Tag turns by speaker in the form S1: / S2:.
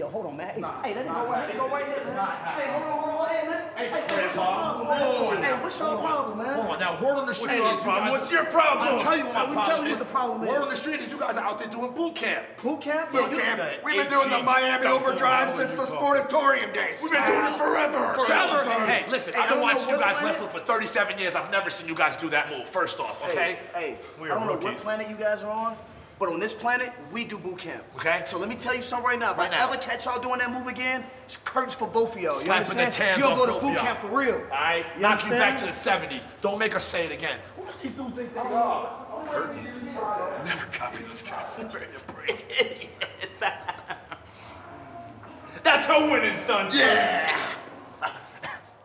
S1: Yo, hold on, man. Hey, hey let me go right, let me go right here, man. hey, hold on, hold on, hey, man. Hey, hey, what's your
S2: Chris,
S1: problem, man?
S2: hold on.
S1: Hey, what's your problem, man?
S2: Hold on, now word on the street
S3: What's
S2: is
S3: your
S2: you
S3: problem?
S2: guys-
S3: What's your problem?
S2: I'll tell you what my
S1: Now, we
S2: problem
S1: tell you
S2: is.
S1: what the problem is.
S2: Word on the street is you guys are out there doing boot camp.
S1: Boot camp?
S3: Boot
S1: you-
S3: camp. We've been
S2: It
S3: doing the
S2: changed
S3: Miami
S2: the whole
S3: Overdrive
S2: world.
S3: since the Sportatorium days. We've been doing it forever.
S2: Forever. Hey, listen,
S1: Hey, I
S2: I've been
S1: don't know
S2: watching you
S1: what
S2: guys
S1: planet-
S2: wrestle for 37 years. I've never seen you guys do that move, first off, okay?
S1: Hey, hey,
S2: We
S1: I
S2: are
S1: don't know what
S2: rookies.
S1: planet you guys are on, but on this planet, we do boot camp.
S2: Okay.
S1: So let me tell you something right now. If
S2: Right
S1: I
S2: now.
S1: ever catch y'all doing that move again, it's curtains for both of y'all. You
S2: Slapping the
S1: understand?
S2: tans
S1: You'll
S2: off
S1: go to
S2: both
S1: boot
S2: of y'all.
S1: camp for real.
S2: All right?
S1: You
S2: Knock you back to the
S1: understand?
S2: 70s. Don't make us say it again. What do these dudes think they are? Curtains.
S3: Never copy these guys.
S2: That's how winning's done.
S3: Yeah.